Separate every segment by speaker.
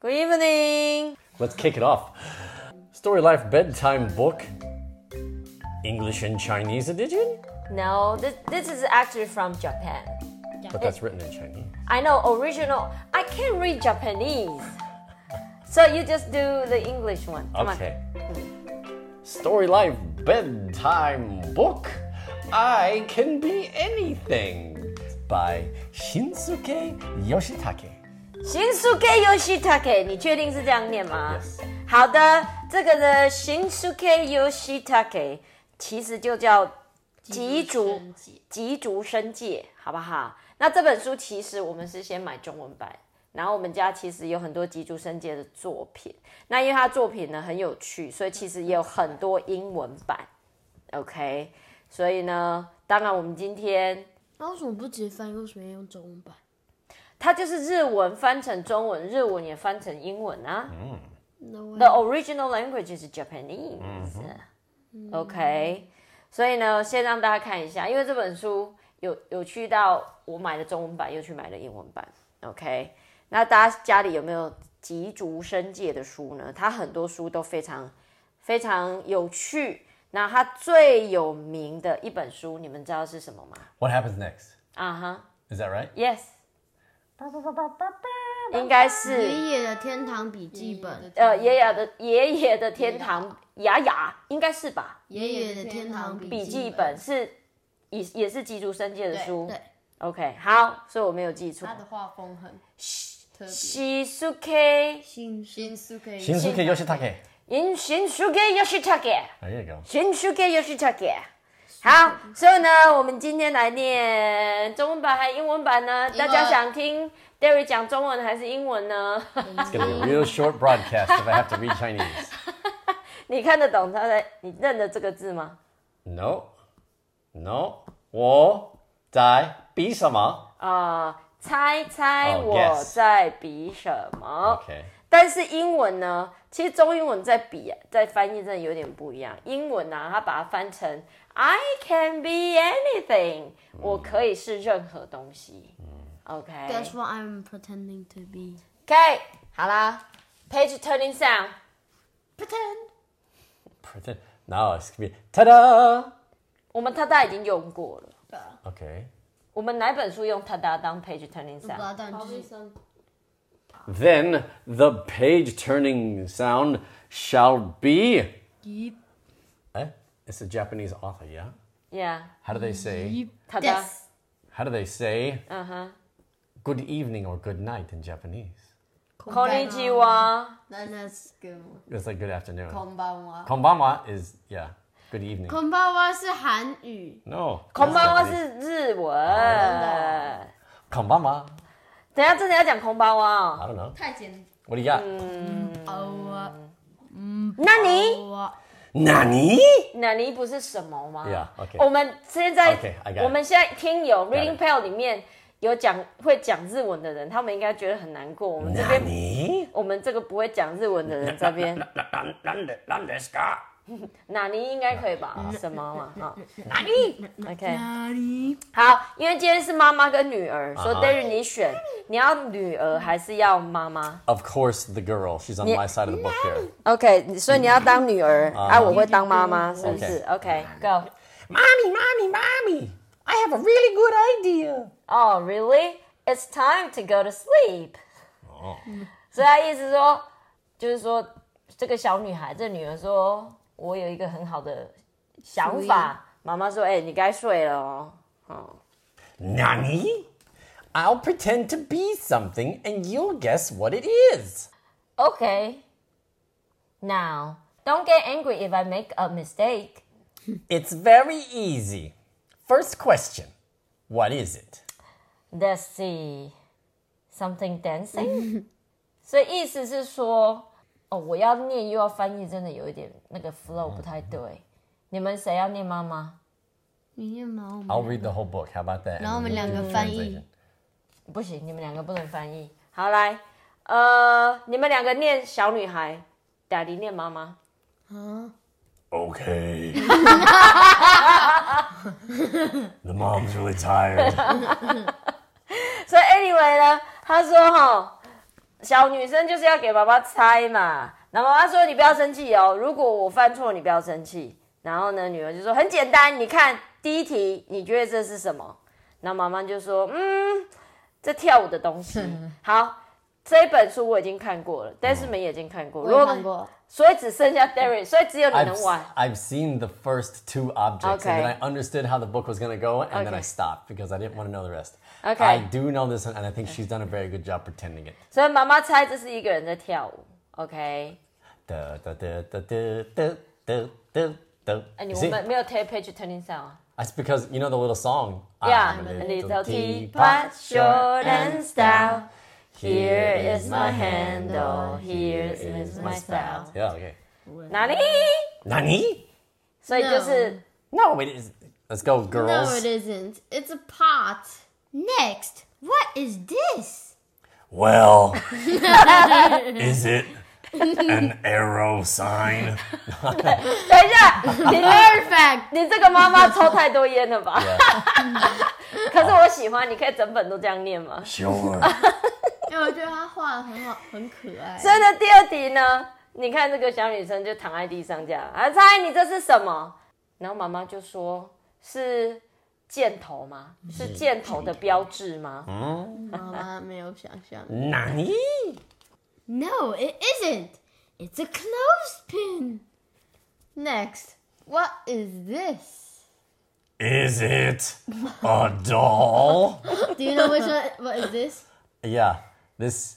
Speaker 1: Good evening.
Speaker 2: Let's kick it off. Story Life Bedtime Book, English and Chinese edition?
Speaker 1: No, this, this is actually from Japan.
Speaker 2: But that's written in Chinese.
Speaker 1: I know original. I can't read Japanese. So you just do the English one. Come
Speaker 2: Okay. Story Life Bedtime Book, I Can Be Anything by Shinsuke Yoshitake.
Speaker 1: on. Shinsuke Yoshitake，你确定是这样念吗
Speaker 2: Yes
Speaker 1: 好的，这个的 Shinsuke Yoshitake 其实就叫吉竹
Speaker 3: 生计
Speaker 1: 吉竹伸介，好不好？那这本书其实我们是先买中文版，然后我们家其实有很多吉竹伸介的作品。那因为他作品呢很有趣，所以其实也有很多英文版。OK，所以呢，当然我们今天
Speaker 3: 那为什么不直接翻译？为什么要用中文版？
Speaker 1: 它就是日文翻成中文，日文也翻成英文啊。
Speaker 3: 那我
Speaker 1: The original language is Japanese. OK，所以呢，先让大家看一下，因为这本书有有去到我买的中文版，又去买了英文版。OK，那大家家里有没有吉竹伸介的书呢？他很多书都非常非常有趣。那他最有名的一本书，你们知道是什么吗？
Speaker 2: What happens next?
Speaker 1: 啊哈
Speaker 2: Is that right?
Speaker 1: ，Yes，应该是
Speaker 3: 爷爷的天堂笔记本，
Speaker 1: 呃，爷爷的爷爷的天堂，雅雅应该是吧？
Speaker 3: 爷爷的天堂
Speaker 1: 笔
Speaker 3: 笔
Speaker 1: 记本是也也是吉竹伸介的书。
Speaker 3: 对，
Speaker 1: OK，好，所以我没有记错
Speaker 4: 他。的画风很特别。
Speaker 1: 西苏 K，
Speaker 3: 新书
Speaker 4: 新宿可以
Speaker 2: Shinsuke Yoshitake.
Speaker 1: 银新苏 K 又是他给，
Speaker 2: There you go.
Speaker 1: 新苏 K 又是他给。好，所以呢，我们今天来念中文版还是英文版呢？大家想听 Derry 讲中文还是英文呢？
Speaker 2: It's going to be a real short broadcast if I have to read Chinese.
Speaker 1: 你看得懂他的，你认得这个字吗？
Speaker 2: No. No. 我在比什么？
Speaker 1: 啊、猜猜
Speaker 2: 哦
Speaker 1: 我
Speaker 2: ，guess
Speaker 1: 在比什么
Speaker 2: Okay.
Speaker 1: 但是英文呢，其实中英文在比在翻译真的有点不一样。英文啊，它把它翻成 I can be anything，、我可以是任何东西。OK，
Speaker 3: That's what I'm pretending to be.
Speaker 1: OK，好啦，Page turning sound，
Speaker 3: Pretend.
Speaker 2: Pretend. Now it's going to be ta-da.
Speaker 1: 我们他大已经用过了。
Speaker 2: Okay.
Speaker 1: 我们哪本书用他大当 page turning
Speaker 3: 不知
Speaker 1: sound？
Speaker 3: 道，但就是
Speaker 2: Then the page turning sound shall be. Eh? It's a Japanese author, yeah?
Speaker 1: Yeah，
Speaker 2: How do they say?
Speaker 1: 他大
Speaker 3: Yes.
Speaker 2: How do they say
Speaker 1: 嗯哼
Speaker 2: good evening or good night in Japanese?
Speaker 1: k o n i c h i w a
Speaker 4: 那那是跟我
Speaker 2: It's like good afternoon.
Speaker 4: 空班哇，
Speaker 2: Konbanwa is, yeah, good evening.
Speaker 3: 恐怕我是韩语，
Speaker 2: no.
Speaker 1: 空包蛙
Speaker 2: that's Japanese.
Speaker 1: 是日文。
Speaker 3: 哦
Speaker 2: Konbanwa.
Speaker 1: 等一下，真的要讲空包蛙哦。
Speaker 2: I don't know.
Speaker 4: 太简
Speaker 2: What do you got?
Speaker 3: 哦
Speaker 1: 那你
Speaker 3: 我
Speaker 2: Nani?
Speaker 1: 那你不是什么吗
Speaker 2: Yeah, okay.
Speaker 1: 我们现在
Speaker 2: Okay, I got it.
Speaker 1: 我们现在听友 Reading
Speaker 2: it.
Speaker 1: Pal 里面有讲会讲日文的人，他们应该觉得很难过。我们这边
Speaker 2: Nani?
Speaker 1: 我们这个不会讲日文的人这 边，
Speaker 2: Nandeska?
Speaker 1: 那你应该可以吧？什么嘛啊？
Speaker 2: 哪里？
Speaker 1: OK，
Speaker 3: 哪里？
Speaker 1: 好，因为今天是妈妈跟女儿，所以
Speaker 2: 啊
Speaker 1: Darry 你选，你要女儿还是要妈妈
Speaker 2: Of course, the girl. She's on my side of the book here.
Speaker 1: ？OK，所以你要当女儿，
Speaker 2: 嗯
Speaker 1: 啊，我会当妈妈，是不是
Speaker 2: Okay
Speaker 1: ？OK，Go。
Speaker 2: 嗯 Mommy, mommy, mommy! I have a really good idea.
Speaker 1: Oh, really? It's time to go to sleep.
Speaker 2: 哦
Speaker 1: 所以他意思说，就是说这个小女孩，这女儿说，我有一个很好的想法。妈妈说，哎、你该睡了哦。
Speaker 2: Nani? I'll pretend to be something and you'll guess what it is.
Speaker 1: Okay. Now, don't get angry if I make a mistake.
Speaker 2: It's very easy. First question What is it?
Speaker 1: Let's see. Something dancing. 所以意思是说，哦，我要念又要翻译，真的有一点那个 flow 不太对。你们谁要念妈妈？
Speaker 3: 你念吗？我们
Speaker 2: I'll read the whole book. How about that? And
Speaker 3: No,
Speaker 2: then we'll do the
Speaker 3: 我们两个翻译。
Speaker 2: translation.
Speaker 1: 不行，你们两个不能翻译。好，来，呃，你们两个念小女孩，daddy 念妈妈。
Speaker 3: 啊，
Speaker 5: Okay. the mom's really tired.
Speaker 1: 所以 anyway 呢，他说哈，小女生就是要给爸爸猜嘛。然后妈妈说：“你不要生气哦，如果我犯错，你不要生气。”然后呢，女儿就说：“很简单，你看第一题，你觉得这是什么？”那妈妈就说：“嗯，这跳舞的东 西。好，这一本书我已经看过了，但是们也已经看过。如
Speaker 3: 嗯我
Speaker 1: 果
Speaker 3: 看过，
Speaker 1: 所以只剩下 Derry，所以只有你
Speaker 2: I've,
Speaker 1: 能玩。
Speaker 2: I've seen the first two objects, and
Speaker 1: Okay.
Speaker 2: then I understood how the book was going to go, and then I
Speaker 1: Okay.
Speaker 2: stopped because I didn't want to know the rest.
Speaker 1: Okay.
Speaker 2: I do know this one, and I think she's done a very good job pretending it.
Speaker 1: 所以妈妈猜这是一个人在跳舞。OK，
Speaker 2: Da, da, da, da, da, da, da, da, da.
Speaker 1: 哎、你
Speaker 2: You
Speaker 1: 我
Speaker 2: see?
Speaker 1: 们没有 take page turning sound 啊
Speaker 2: That's because you know the little song.
Speaker 1: Yeah,
Speaker 2: I'm
Speaker 1: a little teapot, short and stout. Here is my handle, here is my style.
Speaker 2: Yeah, okay.
Speaker 1: 哪里？
Speaker 2: Nani?
Speaker 1: 所以就是，
Speaker 2: No, it is. Let's go, girls.
Speaker 3: No, it isn't. It's a pot. Next, what is this?
Speaker 5: Well, is it an arrow sign?
Speaker 1: 等一下，你
Speaker 3: Perfect.
Speaker 1: 你这个妈妈抽太多烟了吧？ 可是我喜欢，你可以整本都这样念吗？
Speaker 5: Sure.
Speaker 3: 因哎为我觉得他画的很好，很可爱。
Speaker 1: 所以呢，第二题呢，你看这个小女生就躺在地上这样，啊，猜你这是什么？然后妈妈就说：“是箭头吗？是箭头的标志吗？”
Speaker 3: 妈妈没有想象。
Speaker 2: Nani?
Speaker 3: No, it isn't. It's a clothespin. Next, what is this?
Speaker 5: Is it a doll?
Speaker 3: Do you know which one? What is this?
Speaker 2: Yeah, this.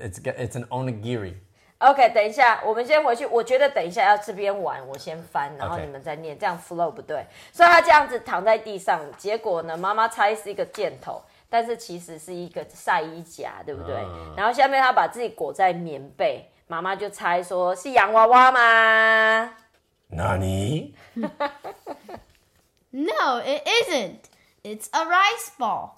Speaker 2: It's it's an onigiri.
Speaker 1: OK，等一下，我们先回去。我觉得等一下要这边玩，我先翻，然后
Speaker 2: OK
Speaker 1: 你们再念这样 flow 不对。所以他这样子躺在地上，结果呢，妈妈猜是一个箭头，但是其实是一个晒衣夹，对不对？
Speaker 2: 啊
Speaker 1: 然后下面他把自己裹在棉被，妈妈就猜说是洋娃娃吗？
Speaker 5: Nani?
Speaker 3: No, it isn't. It's a rice ball.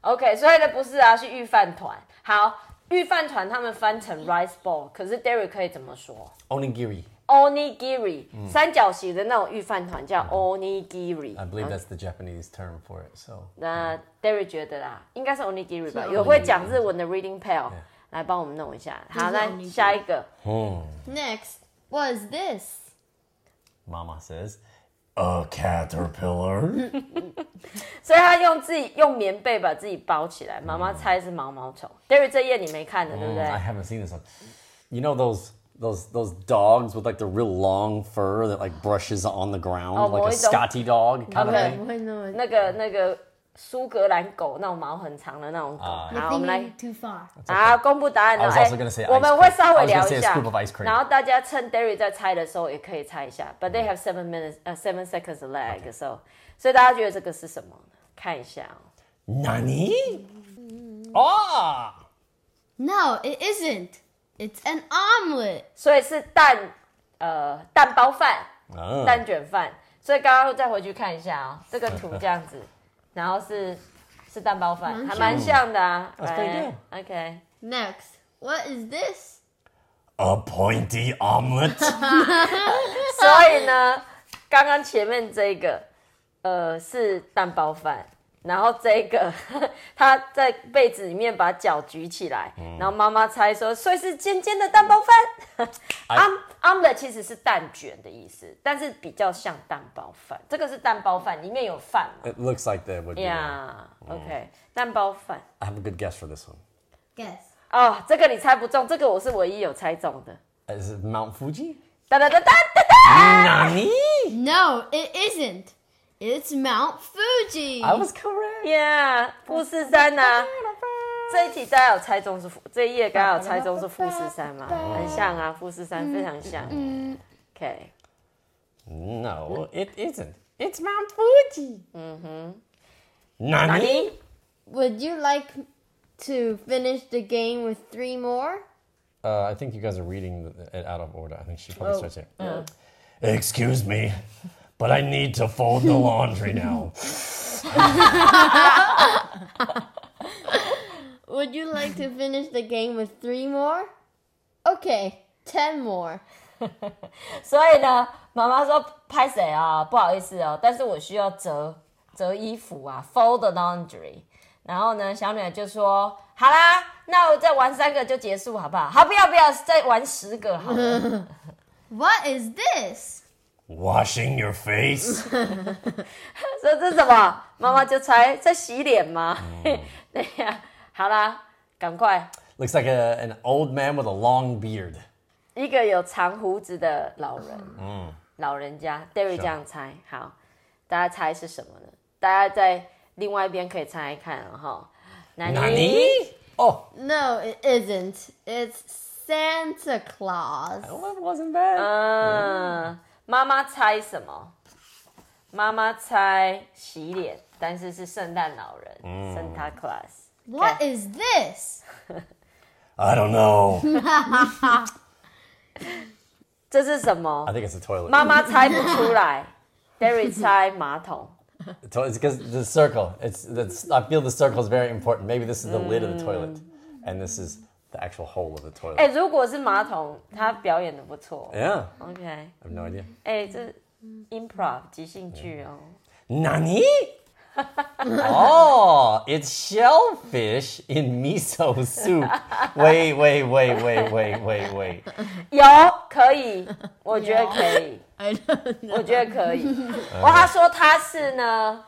Speaker 1: OK，所以呢不是啊，是御饭团。好，御饭团他们翻成 rice ball，可是 Derry 可以怎么说
Speaker 2: Onigiri.
Speaker 1: ？Onigiri，、三角形的那种御饭团叫 onigiri。
Speaker 2: 嗯 I believe that's the Japanese term for it. So
Speaker 1: 那 Derry 觉得啦，应该是 onigiri 吧，
Speaker 3: 是
Speaker 1: 有会讲日文的 reading pal 来帮我们弄一下。好，
Speaker 3: 就是
Speaker 1: 那
Speaker 3: onigiri
Speaker 1: 下一个
Speaker 3: Next, what is this?
Speaker 2: Mama says,
Speaker 5: A caterpillar?
Speaker 1: 所以他用自己用棉被把自己包起
Speaker 2: 嗯
Speaker 1: 来，妈妈猜是毛毛虫。Derry 这页你没看的，对不
Speaker 2: "Mm, I
Speaker 1: 对？
Speaker 2: haven't seen this one. You know those those those dogs with like the real long fur that like brushes on the ground,
Speaker 1: Oh,
Speaker 2: like
Speaker 1: boy,
Speaker 2: a
Speaker 1: dog.
Speaker 2: Scotty dog kind
Speaker 1: Okay.
Speaker 2: of thing.
Speaker 3: 我会弄。
Speaker 1: 那个那个苏格兰狗那种毛很长的那种狗。好，我们来
Speaker 3: too far.
Speaker 1: 啊，公布答案
Speaker 2: 啊 I
Speaker 1: 了。
Speaker 2: was
Speaker 1: 哎
Speaker 2: also gonna say，ice
Speaker 1: 我们会
Speaker 2: cream.
Speaker 1: 稍微
Speaker 2: I
Speaker 1: 聊
Speaker 2: was gonna
Speaker 1: 一
Speaker 2: say a
Speaker 1: 下
Speaker 2: scoop of ice cream.
Speaker 1: 然后大家趁 Derry 在猜的时候也可以猜一下。But they have seven minutes, 呃、seven seconds lag. So，所以大家觉得这个是什么呢？看一下哦。
Speaker 5: Nani?
Speaker 2: Ah,
Speaker 3: No, it isn't. It's an omelet.
Speaker 1: 所以是蛋，呃，蛋包饭、
Speaker 2: Ah.
Speaker 1: 蛋卷饭。所以刚刚再回去看一下啊、这个图这样子，然后是是蛋包饭，还蛮像的啊。
Speaker 2: pretty
Speaker 1: o k
Speaker 3: Next, what is this?
Speaker 2: Ah.
Speaker 5: A pointy omelet?
Speaker 1: 所以呢，刚刚前面这个，呃，是蛋包饭，然后这个 他在被子里面把脚举起来，然后妈妈猜说，所以是尖尖的蛋包饭。um um 的其实是蛋卷的意思，但是比较像蛋包饭。这个是蛋包饭，里面有饭嘛
Speaker 2: it looks like there would be. one.
Speaker 1: 呀、OK，蛋包饭。
Speaker 2: I have a good guess for this one.
Speaker 3: Guess.
Speaker 1: 哦，这个你猜不中，这个我是唯一有猜中的。
Speaker 2: Is it Mount Fuji?
Speaker 1: 哒哒哒哒哒哒。
Speaker 2: Nani?
Speaker 3: No, it isn't. It's Mount Fuji.
Speaker 2: I was correct.
Speaker 1: Yeah，富士山呐、这一题大家有猜中是富，这一页刚刚有猜中是富士山嘛？很像啊，富士山非常像。OK，
Speaker 2: No, it isn't. It's Mount Fuji. Mm-hmm. Nani?
Speaker 1: 你
Speaker 3: Would you like to finish the game with three more?
Speaker 2: Uh, I think you guys are reading it out of order. I think she probably starts here.
Speaker 5: Excuse me, but I need to fold the laundry now.
Speaker 3: Would you like to finish the game with three more? Okay, ten more.
Speaker 1: 所以哎呢，妈妈说拍谁啊？不好意思哦，但是我需要折折衣服啊，fold the laundry。然后呢，小女儿就说：“好啦，那我再玩三个就结束，好不好？好，不要不要，再玩十个好了。
Speaker 4: What is this?
Speaker 5: Washing your face?
Speaker 1: 说这是什么？妈妈就猜在洗脸吗？ 对呀、好啦，赶快，
Speaker 2: Looks like a, an old man with a long beard.
Speaker 1: 一个有长胡子的老人，嗯，啊老人家 Derry 这样猜，好，大家猜是什么呢？大家在另外一边可以猜看哦哈。哪
Speaker 2: Nani? Oh,
Speaker 3: No, it isn't. It's Santa Claus.
Speaker 2: well, that wasn't bad.
Speaker 1: 嗯，妈妈猜什么？妈妈猜洗脸，但是是圣诞老人、Santa Claus。
Speaker 3: What is this?
Speaker 5: I don't know.
Speaker 1: 这是什么
Speaker 2: I？think it's a toilet.
Speaker 1: 妈妈猜不出 来，Derry 猜马桶。
Speaker 2: To- It's because the circle. It's that's. I feel the circle is very important. Maybe this is the lid of the toilet, and this is the actual hole of the toilet.
Speaker 1: 哎、如果是马桶，他表演的不错。
Speaker 2: yeah,
Speaker 1: OK，哎、
Speaker 2: I have no idea.
Speaker 1: 这 improv 即兴剧哦。
Speaker 2: Nani? oh, it's shellfish in miso soup. Wait, wait, wait, wait, wait, wait, wait.
Speaker 1: 有可以，我觉得可以，
Speaker 3: I don't know.
Speaker 1: 我觉得可以。哇，他说他是呢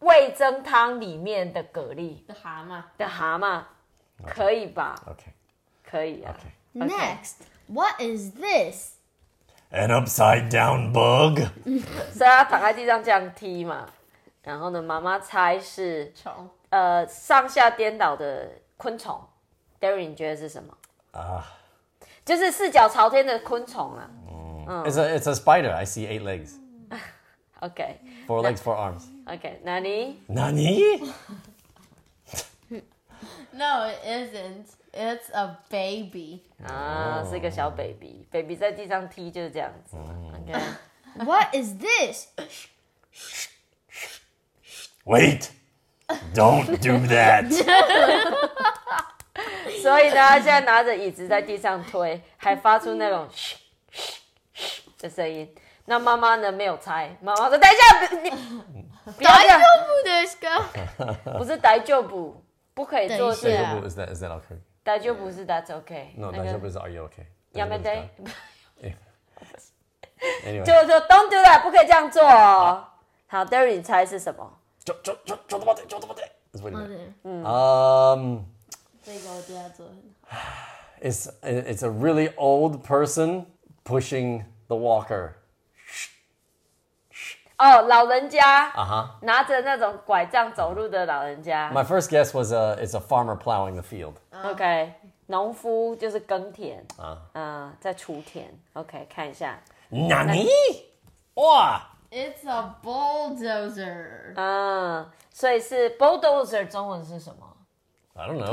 Speaker 1: 味增汤里面的蛤蜊
Speaker 4: The hammer.
Speaker 1: 的蛤蟆，可以吧？
Speaker 2: Okay,
Speaker 1: 可以啊。
Speaker 2: okay.
Speaker 3: Next, what is this?
Speaker 5: An upside down bug?
Speaker 1: 所以他躺在地上这样踢嘛，然后呢，妈妈猜是
Speaker 4: 虫。
Speaker 1: 呃上下颠倒的昆虫。Derry，你觉得是什么？
Speaker 2: Ah,
Speaker 1: 就是四脚朝天的昆虫啊。
Speaker 2: it's a it's a spider. I see eight legs,
Speaker 1: OK
Speaker 2: four legs, four arms.
Speaker 1: OK，那你
Speaker 5: Nani?
Speaker 4: No, it isn't. It's a baby.
Speaker 1: 啊是个小 baby，baby 在地上踢就是这样子嘛。OK，
Speaker 3: What is this?
Speaker 5: Wait! Don't do that!
Speaker 1: 所以呢，他现在拿着椅子在地上推，还发出那种嘘嘘嘘的声音。那妈妈呢没有猜，妈妈说：“等一下，不你不要这样，
Speaker 3: Budeska.
Speaker 1: 不是逮就捕，不可以做
Speaker 3: 等一
Speaker 1: 事。
Speaker 3: 下 Yeah.
Speaker 2: Is that is that okay?
Speaker 1: 逮就捕是 that's okay，
Speaker 2: No,
Speaker 1: 那
Speaker 2: that's
Speaker 1: 个
Speaker 2: is are you okay?
Speaker 1: 要没
Speaker 2: That's-
Speaker 1: 逮，
Speaker 2: Anyway,
Speaker 1: 就说 don't do that，不可以这样做哦。好，Derry，你猜是什么？
Speaker 2: ちょちょちょちょっと待ってちょっと待って That's what it is. Um, it's it's a really old person pushing the walker.
Speaker 1: 哦，老人家
Speaker 2: Uh huh.
Speaker 1: 拿着那种拐杖走路的老人家。
Speaker 2: My first guess was uh, it's a farmer plowing the field.
Speaker 1: OK，农夫就是耕田
Speaker 2: 啊
Speaker 1: 啊，嗯，在锄田。OK，看一下，
Speaker 5: Nani? Wah!
Speaker 4: It's a bulldozer.
Speaker 1: 嗯，所以是 bulldozer 中文是什么？
Speaker 2: I don't know.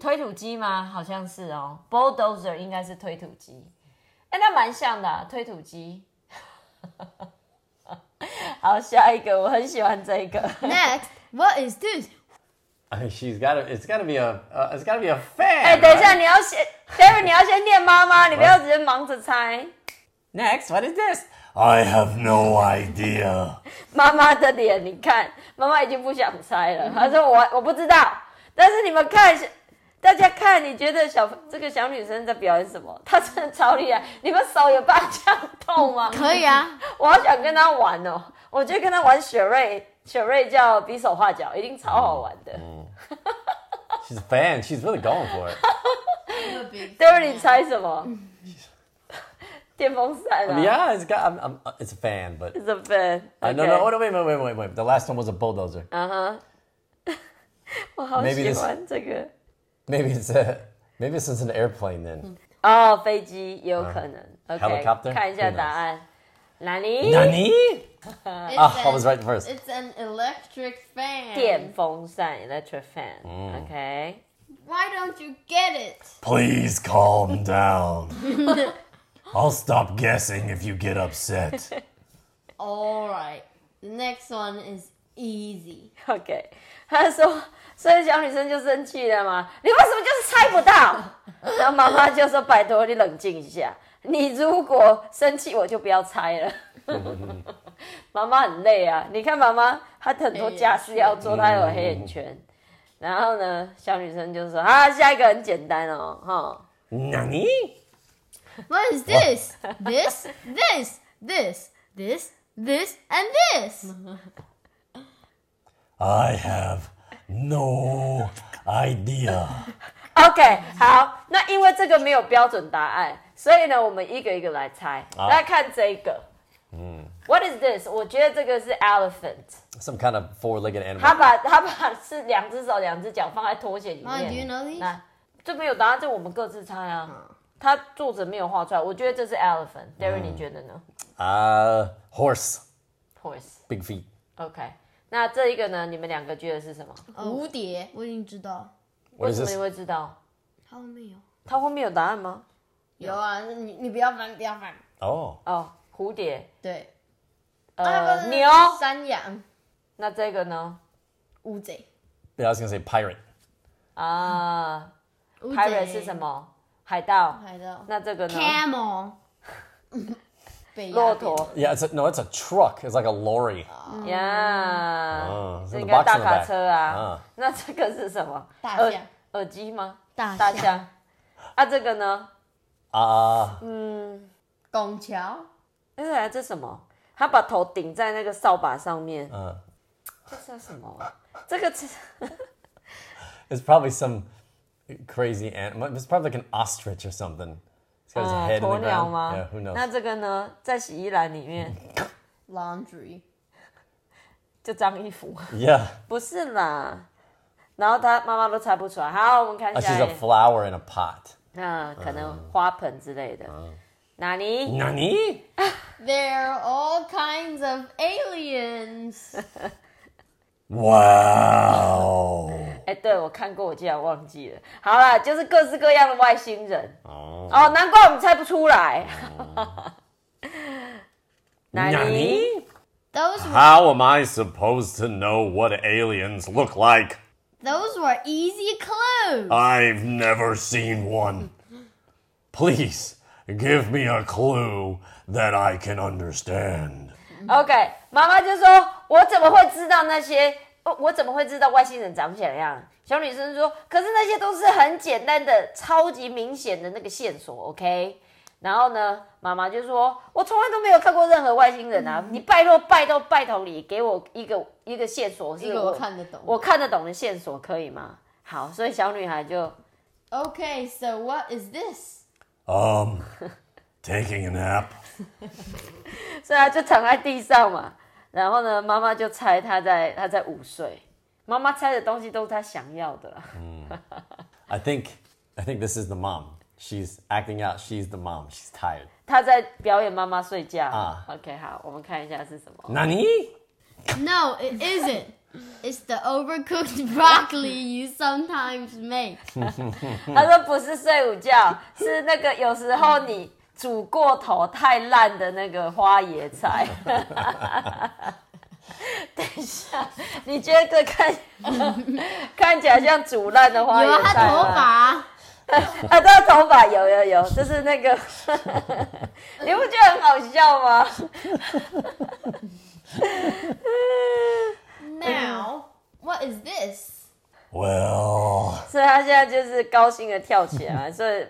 Speaker 1: 推土机吗？好像是哦，bulldozer 应该是推土机。哎，那蛮像的啊、推土机。好，下一个，我很喜欢这个。
Speaker 3: Next, what is this?
Speaker 2: I mean, she's got to. It's got to be a. Uh, it's got to be a fan.
Speaker 1: 哎，等一
Speaker 2: right?
Speaker 1: 下，你要先，David，你要先念妈妈，你不要直接忙着猜。
Speaker 2: Next, what is this?
Speaker 5: I have no idea.
Speaker 1: 妈妈的脸，你看，妈妈已经不想猜了。她说我我不知道，但是你们看，大家看，你觉得小这个小女生在表演什么？她真的超厉害，你们手有办法这样动吗？
Speaker 3: 可以啊。
Speaker 1: 我好想跟她玩哦，我觉得跟她玩雪瑞，雪瑞叫比手画脚，一定超好玩的。
Speaker 2: She's a fan. She's really going for it.
Speaker 4: I'm a big
Speaker 1: 对、嗯，你猜什么？ 电风扇啊
Speaker 2: yeah, it's got. I'm, I'm, uh, it's a fan, but
Speaker 1: ，It's a fan。
Speaker 2: 哦 I no no. Oh, no wait wait wait wait wait. The last one was a bulldozer.
Speaker 4: Uh.
Speaker 1: 嗯哼，我好
Speaker 2: Maybe
Speaker 1: 喜
Speaker 2: this-
Speaker 1: 欢这个。
Speaker 2: Maybe it's a. Maybe it's an airplane then.
Speaker 1: 哦，飞机也有可能。OK，
Speaker 2: 嗯 Helicopter？
Speaker 1: 看一下
Speaker 2: Who knows？
Speaker 1: 答案。哪里？
Speaker 2: Nani?
Speaker 4: It's,
Speaker 2: Ah, I
Speaker 4: an,
Speaker 2: was right the first.
Speaker 4: it's an electric fan.
Speaker 1: 电风扇 （electric fan）。OK，
Speaker 2: 嗯
Speaker 4: Why don't you get it?
Speaker 5: Please calm down. I'll stop guessing if you get upset.
Speaker 4: All right. The next one is easy.
Speaker 1: OK，他说，所以小女生就生 气了嘛，你为什么就是猜不到？然后妈妈就说：“拜托你冷静一下。”你如果生气，我就不要猜 了。妈妈很累啊，你看妈妈，她很多家事要
Speaker 2: 嗯
Speaker 1: 做，她有黑眼圈。然后呢，小女生就说：“啊，下一个很简单哦，哈，
Speaker 5: Nani?
Speaker 4: What is this? this, this, this, this, this, and this.
Speaker 5: I have no idea.
Speaker 1: OK，好，那因为这个没有标准答案，所以呢，我们一个一个来猜。来看这个，嗯，What is this？我觉得这个是 elephant，
Speaker 2: Some kind of four-legged animal.
Speaker 1: 他把他把是两只手两只脚放在拖鞋里
Speaker 4: Mom, do you
Speaker 1: 面。
Speaker 4: know these?
Speaker 1: 啊来，这没有答案，这我们各自猜啊。他作者没有画出来，我觉得这是 elephant。Darren，你觉得呢
Speaker 2: Uh, horse,
Speaker 1: ？Horse。
Speaker 2: big feet.
Speaker 1: OK，那这一个呢？你们两个觉得是什么？
Speaker 4: Oh.
Speaker 3: 蝴蝶，
Speaker 2: What
Speaker 1: 为
Speaker 2: is
Speaker 1: 什么你
Speaker 2: this?
Speaker 1: 会知道？它后面有答案吗？
Speaker 4: 有啊，你你不要翻，不要翻。
Speaker 2: Oh,
Speaker 1: 哦，蝴蝶，
Speaker 3: 对，
Speaker 1: 呃，牛。
Speaker 3: 山羊，
Speaker 1: 那这个呢？
Speaker 3: 乌贼，
Speaker 2: yeah, I was gonna say pirate.
Speaker 1: 啊
Speaker 4: 乌贼。
Speaker 1: ，pirate 是什么？海盗。
Speaker 3: 盗
Speaker 1: 那这个呢？
Speaker 4: Camel.
Speaker 3: 北亚
Speaker 1: 骆驼
Speaker 2: Yeah, it's a, no, it's a truck. It's like a lorry.
Speaker 1: 呀，
Speaker 2: 嗯
Speaker 1: 这
Speaker 2: the
Speaker 1: 应该
Speaker 2: box
Speaker 1: 大
Speaker 2: in the
Speaker 1: 卡
Speaker 2: back
Speaker 1: 车啊
Speaker 2: 嗯。
Speaker 1: 那这个是什么？
Speaker 3: 大
Speaker 1: 耳
Speaker 3: 象
Speaker 1: 耳机吗？
Speaker 3: 大
Speaker 1: 大
Speaker 3: 象
Speaker 1: 象。啊，这个呢？
Speaker 2: Uh,
Speaker 3: 拱桥，
Speaker 1: 哎呀，这什么？他把头顶在那个扫把上面，
Speaker 2: uh,
Speaker 1: 这叫什么啊？这个是
Speaker 2: it's probably some crazy animal. It's probably like an ostrich or something. It's got his
Speaker 1: 啊
Speaker 2: head in
Speaker 1: 鸵
Speaker 2: the
Speaker 1: 鸟
Speaker 2: ground.
Speaker 1: 吗
Speaker 2: Yeah, who？knows?
Speaker 1: 那这个呢，在洗衣篮里面
Speaker 3: laundry，
Speaker 1: 就脏衣服，
Speaker 2: Yeah,
Speaker 1: 不是啦。然后他妈妈都猜不出来。好，我们看
Speaker 2: uh,
Speaker 1: 下
Speaker 2: she's
Speaker 1: 一
Speaker 2: a
Speaker 1: 页
Speaker 2: flower in a pot.
Speaker 1: 那可能花盆之类的。哪里？
Speaker 5: Nani?
Speaker 4: They're all kinds of aliens.
Speaker 5: Wow.
Speaker 1: 哎，对我看过，我竟然忘记了。好啦，就是各式各样的外星人。哦，难怪我们猜不出来。 哪里？
Speaker 4: Those were,
Speaker 5: How am I supposed to know what aliens look like?
Speaker 4: those were easy clues.
Speaker 5: I've never seen one. Please give me a clue that I can understand.
Speaker 1: OK，妈妈就说：“我怎么会知道那些？哦我我怎么会知道外星人长怎样？”小女生说：“可是那些都是很简单的、超级明显的那个线索，OK？” 然后呢，妈妈就说：“我从来都没有看过任何外星人
Speaker 3: 嗯
Speaker 1: 啊！你拜托拜托拜托你，给我一个一个线索，是
Speaker 3: 一个我看得懂
Speaker 1: 我看得懂的线索，可以吗？”好，所以小女孩就
Speaker 3: Okay, so what is this?
Speaker 5: Um, taking a nap.
Speaker 1: 所以他就躺在地上嘛。然后呢，妈妈就猜他在他在午睡。妈妈猜的东西都是他想要的啦。啊
Speaker 2: I think, I think this is the mom. She's acting out. She's the mom. She's tired.
Speaker 1: 他在表演妈妈睡觉
Speaker 2: 啊
Speaker 1: OK，好，我们看一下是什么。
Speaker 2: Nani?
Speaker 4: No, it isn't. It's the overcooked broccoli you sometimes make.
Speaker 1: 他说不是睡午觉， 是那个有时候你煮过头太烂的那个花椰菜。 等一下，你觉得这看 看起来像煮烂的花椰菜吗？啊，这个头发有有有，就是那个， 你不觉得很好笑吗？
Speaker 4: Now, what is this?
Speaker 5: Well,
Speaker 1: 所以他现在就是高兴的跳起来，所以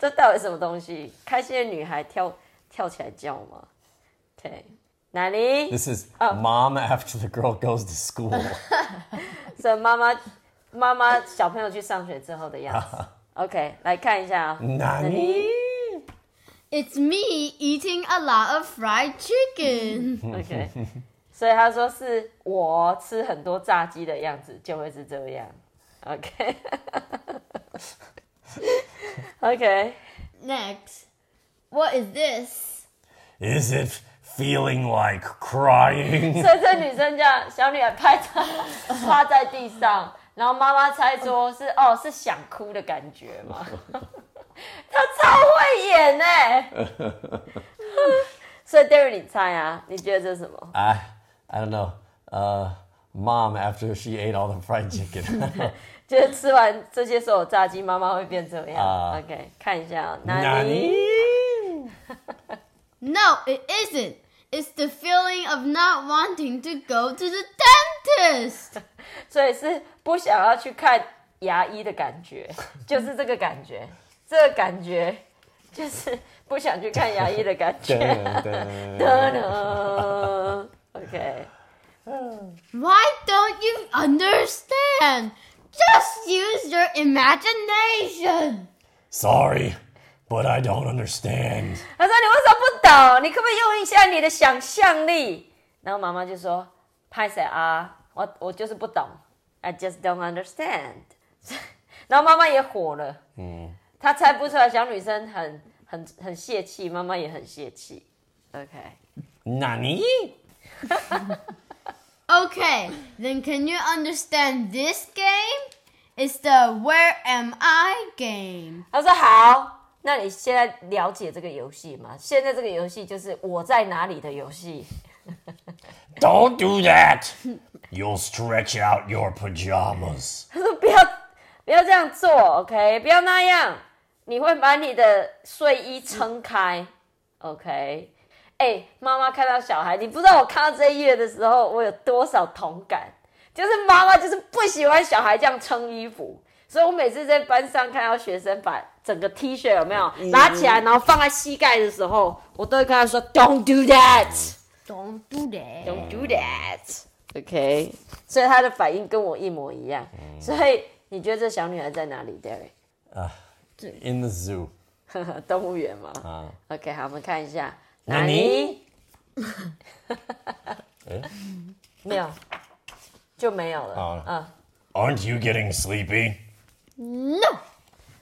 Speaker 1: 这到底什么东西？开心的女孩跳跳起来叫吗？OK，哪里？
Speaker 2: This is mom after the girl goes to school.
Speaker 1: 所以妈妈妈妈小朋友去上学之后的样子。OK，来看一下啊、
Speaker 2: 嗯
Speaker 5: Nani?
Speaker 4: It's me eating a lot of fried chicken.
Speaker 1: OK，所以他说是我吃很多炸鸡的样子就会是这样。OK，OK，、OK
Speaker 4: Next, what is this?
Speaker 5: Is it feeling like crying?
Speaker 1: 所以这女生这样，小女孩拍她趴在地上，然后妈妈猜说是哦是想哭的感觉嘛。她超会演哎、所以 Darren 你猜啊，你觉得这是什么？
Speaker 2: I, I don't know. Uh, mom after she ate all the fried chicken.
Speaker 1: 就是吃完这些所有炸鸡，妈妈会变这样。
Speaker 2: 啊
Speaker 1: OK，看一下、哦，哪里？
Speaker 5: Nani?
Speaker 4: No, it isn't. It's the feeling of not wanting to go to the dentist.
Speaker 1: 所以是不想要去看牙医的感觉，就是这个感觉，这个感觉就是不想去看牙医的感 觉。噔 OK，
Speaker 4: Why don't you understand? Just use your imagination.
Speaker 5: Sorry, but I don't understand.
Speaker 1: 他说你为什么不懂？你可不可以用一下你的想象力？然后妈妈就说：“拍谁啊？我我就是不懂，I just don't understand。” 然后妈妈也火了，嗯，她猜不出来，小女生很很很泄气，妈妈也很泄气。OK，
Speaker 5: Nani?
Speaker 4: Okay, then can you understand this game? It's the Where Am I game.
Speaker 1: 他说好，那你现在了解这个游戏吗？现在这个游戏就是我在哪里的游戏。
Speaker 5: Don't do that. You'll stretch out your pajamas.
Speaker 1: 他说不要不要这样做，OK，不要那样，你会把你的睡衣撑开，OK。哎、妈妈看到小孩，你不知道我看到这一页的时候，我有多少同感。就是妈妈就是不喜欢小孩这样撑衣服，所以我每次在班上看到学生把整个 T 恤有没有拿起来，然后放在膝盖的时候，我都会跟他说 "Don't do that"。
Speaker 4: Don't do that.
Speaker 1: Don't do that. OK，所以她的反应跟我一模一样。所以你觉得这小女孩在哪里，Derek？
Speaker 2: In the zoo.
Speaker 1: 动物园吗、
Speaker 2: 啊
Speaker 1: o k 好，我们看一下。
Speaker 2: 哪
Speaker 1: 哪
Speaker 2: 里
Speaker 1: 里？
Speaker 2: 诶
Speaker 1: 没有，就没有了。
Speaker 2: 啊
Speaker 1: 啊，
Speaker 5: Aren't you getting sleepy?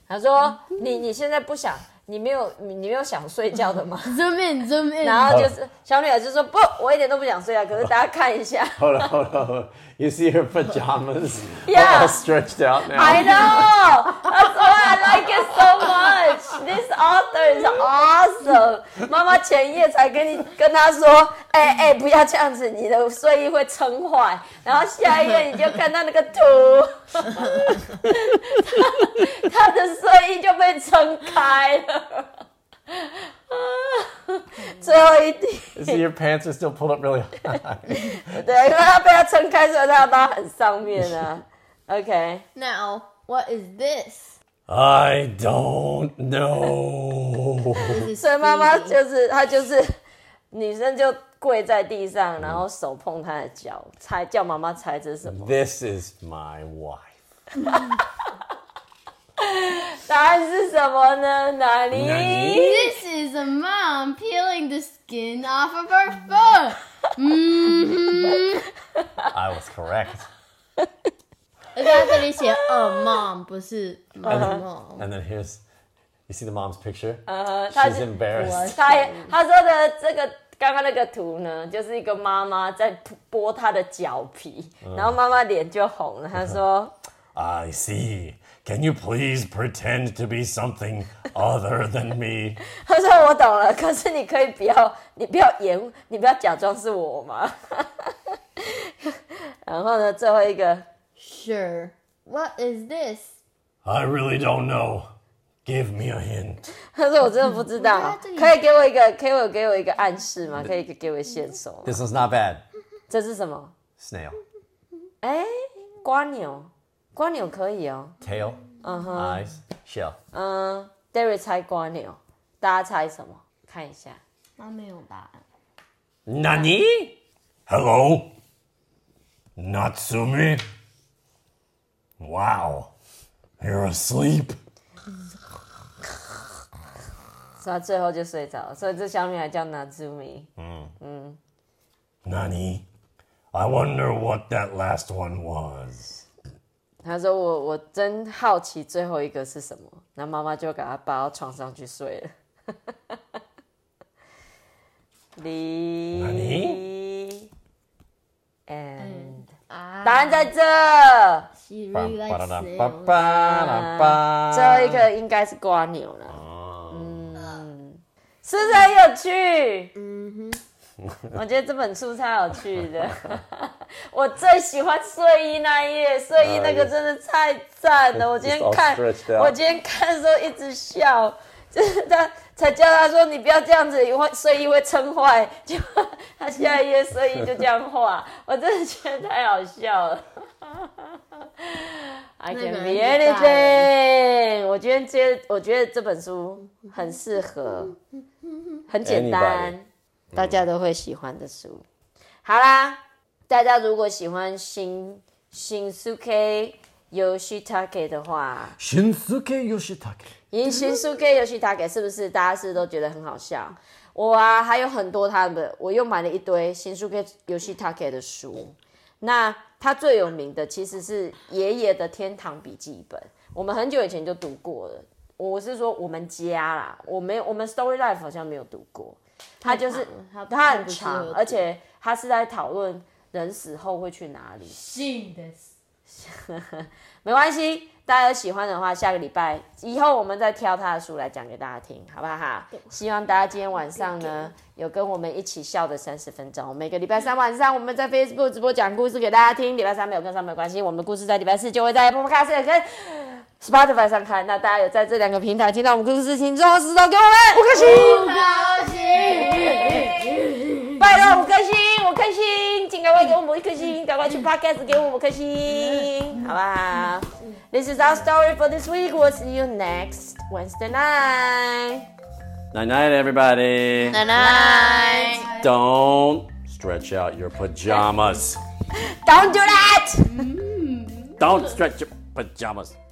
Speaker 1: 他说你你现在不想，你没有你你没有想睡觉的吗？
Speaker 4: Zoom in, zoom in.
Speaker 1: 然后就是小女孩就说不，我一点都不想睡啊。可是大家看一下
Speaker 2: Hold on, hold on, hold on. You see her pajamas
Speaker 1: Yeah.
Speaker 2: all stretched out now.
Speaker 1: ，I know, that's why I like it so much. This author is awesome. 妈妈前夜才跟你跟她说， 哎、哎、不要这样子，你的睡衣会撑坏。然后下一页你就看到那个图。 他的睡衣就被撑开了。 最后一题，
Speaker 2: You see her pants are still pulled up really high.
Speaker 1: 对，因为他被他撑开，所以他要拉很上面啊。OK，
Speaker 3: Now, what is this?
Speaker 5: I don't know.
Speaker 1: 所以妈妈就是她就是女生就跪在地上，然后手碰她的脚，猜叫妈妈猜这是什么？
Speaker 2: This is my wife.
Speaker 1: 答案是什么呢？哪里？
Speaker 4: This is a mom peeling the skin off of her foot. Mhm.
Speaker 2: I was correct.
Speaker 3: 而且他这里写 a mom，不是
Speaker 2: Uh-huh.
Speaker 3: mom。
Speaker 2: And then here's, you see the mom's picture?
Speaker 1: 呃，她
Speaker 2: She's
Speaker 1: 是
Speaker 2: embarrassed.
Speaker 1: 他也他说的这个刚刚那个图呢，就是一个妈妈在剥她的脚皮，然后妈妈脸就红了。她说
Speaker 5: I see. Can you please pretend to be something other than me?：“
Speaker 1: 她说我懂了，可是你可以不要，你不要演，你不要假装是我嘛。” 然后呢，最后一个
Speaker 3: Sure. What is this?
Speaker 5: I really don't know. Give me a hint.
Speaker 1: 他说我真的不知道，可以给我一个，可以给我一个暗示吗？可以给我线索吗？
Speaker 2: This one's not bad.
Speaker 1: 这是什么？
Speaker 2: Snail.
Speaker 1: 哎，瓜牛，瓜牛可以哦。
Speaker 2: Tail.
Speaker 1: Uh-huh.
Speaker 2: Eyes. Shell.
Speaker 1: 嗯，Derry 猜瓜牛，大家猜什么？看一下。
Speaker 5: Nani? Hello? Natsumi? Wow. You're asleep.
Speaker 1: 所以他最后就睡着了，所以这小女孩叫 Nazumi。
Speaker 5: Nani? I wonder what that last one was.
Speaker 1: 她说我我真好奇最后一个是什么，然后妈妈就给她抱到床上去睡了。 离
Speaker 5: 哪
Speaker 1: and 答案在这，
Speaker 4: She
Speaker 2: Bum,
Speaker 4: really likes
Speaker 2: ba-da-da,
Speaker 4: it.
Speaker 2: ba-ba-da-ba.
Speaker 1: 最后一个应该是瓜牛了。嗯，是不是很有趣？嗯 哼，我觉得这本书超有趣的。 我最喜欢睡衣那一页，睡衣那个真的太赞了。我今天看
Speaker 2: It's all stretched，out.
Speaker 1: 我今天看的时候一直笑。就是 他才叫他说你不要这样子，会睡衣会撑坏。 就他下一页睡衣就这样 画，我真的觉得太好笑了。I
Speaker 4: 那
Speaker 1: can
Speaker 4: 个
Speaker 1: be
Speaker 4: 人就大
Speaker 1: anything。我今天接，我觉得这本书很适合， 很简单
Speaker 2: Anybody，
Speaker 4: 嗯
Speaker 1: 大家都会喜欢的书。好啦，大家如果喜欢新新 Suke Yoshitake 的话，
Speaker 2: Shinsuke Yoshitake.
Speaker 1: 银新书给游戏打给是不是大家是不是都觉得很好笑？我啊还有很多他的，我又买了一堆新书给游戏打给的书。那他最有名的其实是爷爷的《天堂笔记本》，我们很久以前就读过了。我是说我们家啦，我没有我们 Story Life 好像没有读过。他就是
Speaker 4: 太长了它
Speaker 1: 他很
Speaker 4: 不适合
Speaker 1: 长，
Speaker 4: 读
Speaker 1: 而且他是在讨论人死后会去哪里。
Speaker 4: Sing this.
Speaker 1: 没关系，大家有喜欢的话，下个礼拜以后我们再挑他的书来讲给大家听，好不好？希望大家今天晚上呢有跟我们一起笑的三十分钟。每个礼拜三晚上我们在 Facebook 直播讲故事给大家听，礼拜三没有跟上没关系，我们的故事在礼拜四就会在 Podcast 跟 Spotify 上看。那大家有在这两个平台听到我们故事，请最后石头给我们五颗星，拜托五颗星，五颗星，请赶快给我们一颗星，赶快去 Podcast 给我们五颗
Speaker 2: Ya.
Speaker 1: 星，好不好？This is our story for this week. We'll see you next Wednesday night.
Speaker 2: Night night, everybody.
Speaker 1: Night night.
Speaker 2: Don't stretch out your pajamas.
Speaker 1: Don't do that.
Speaker 2: Don't stretch your pajamas.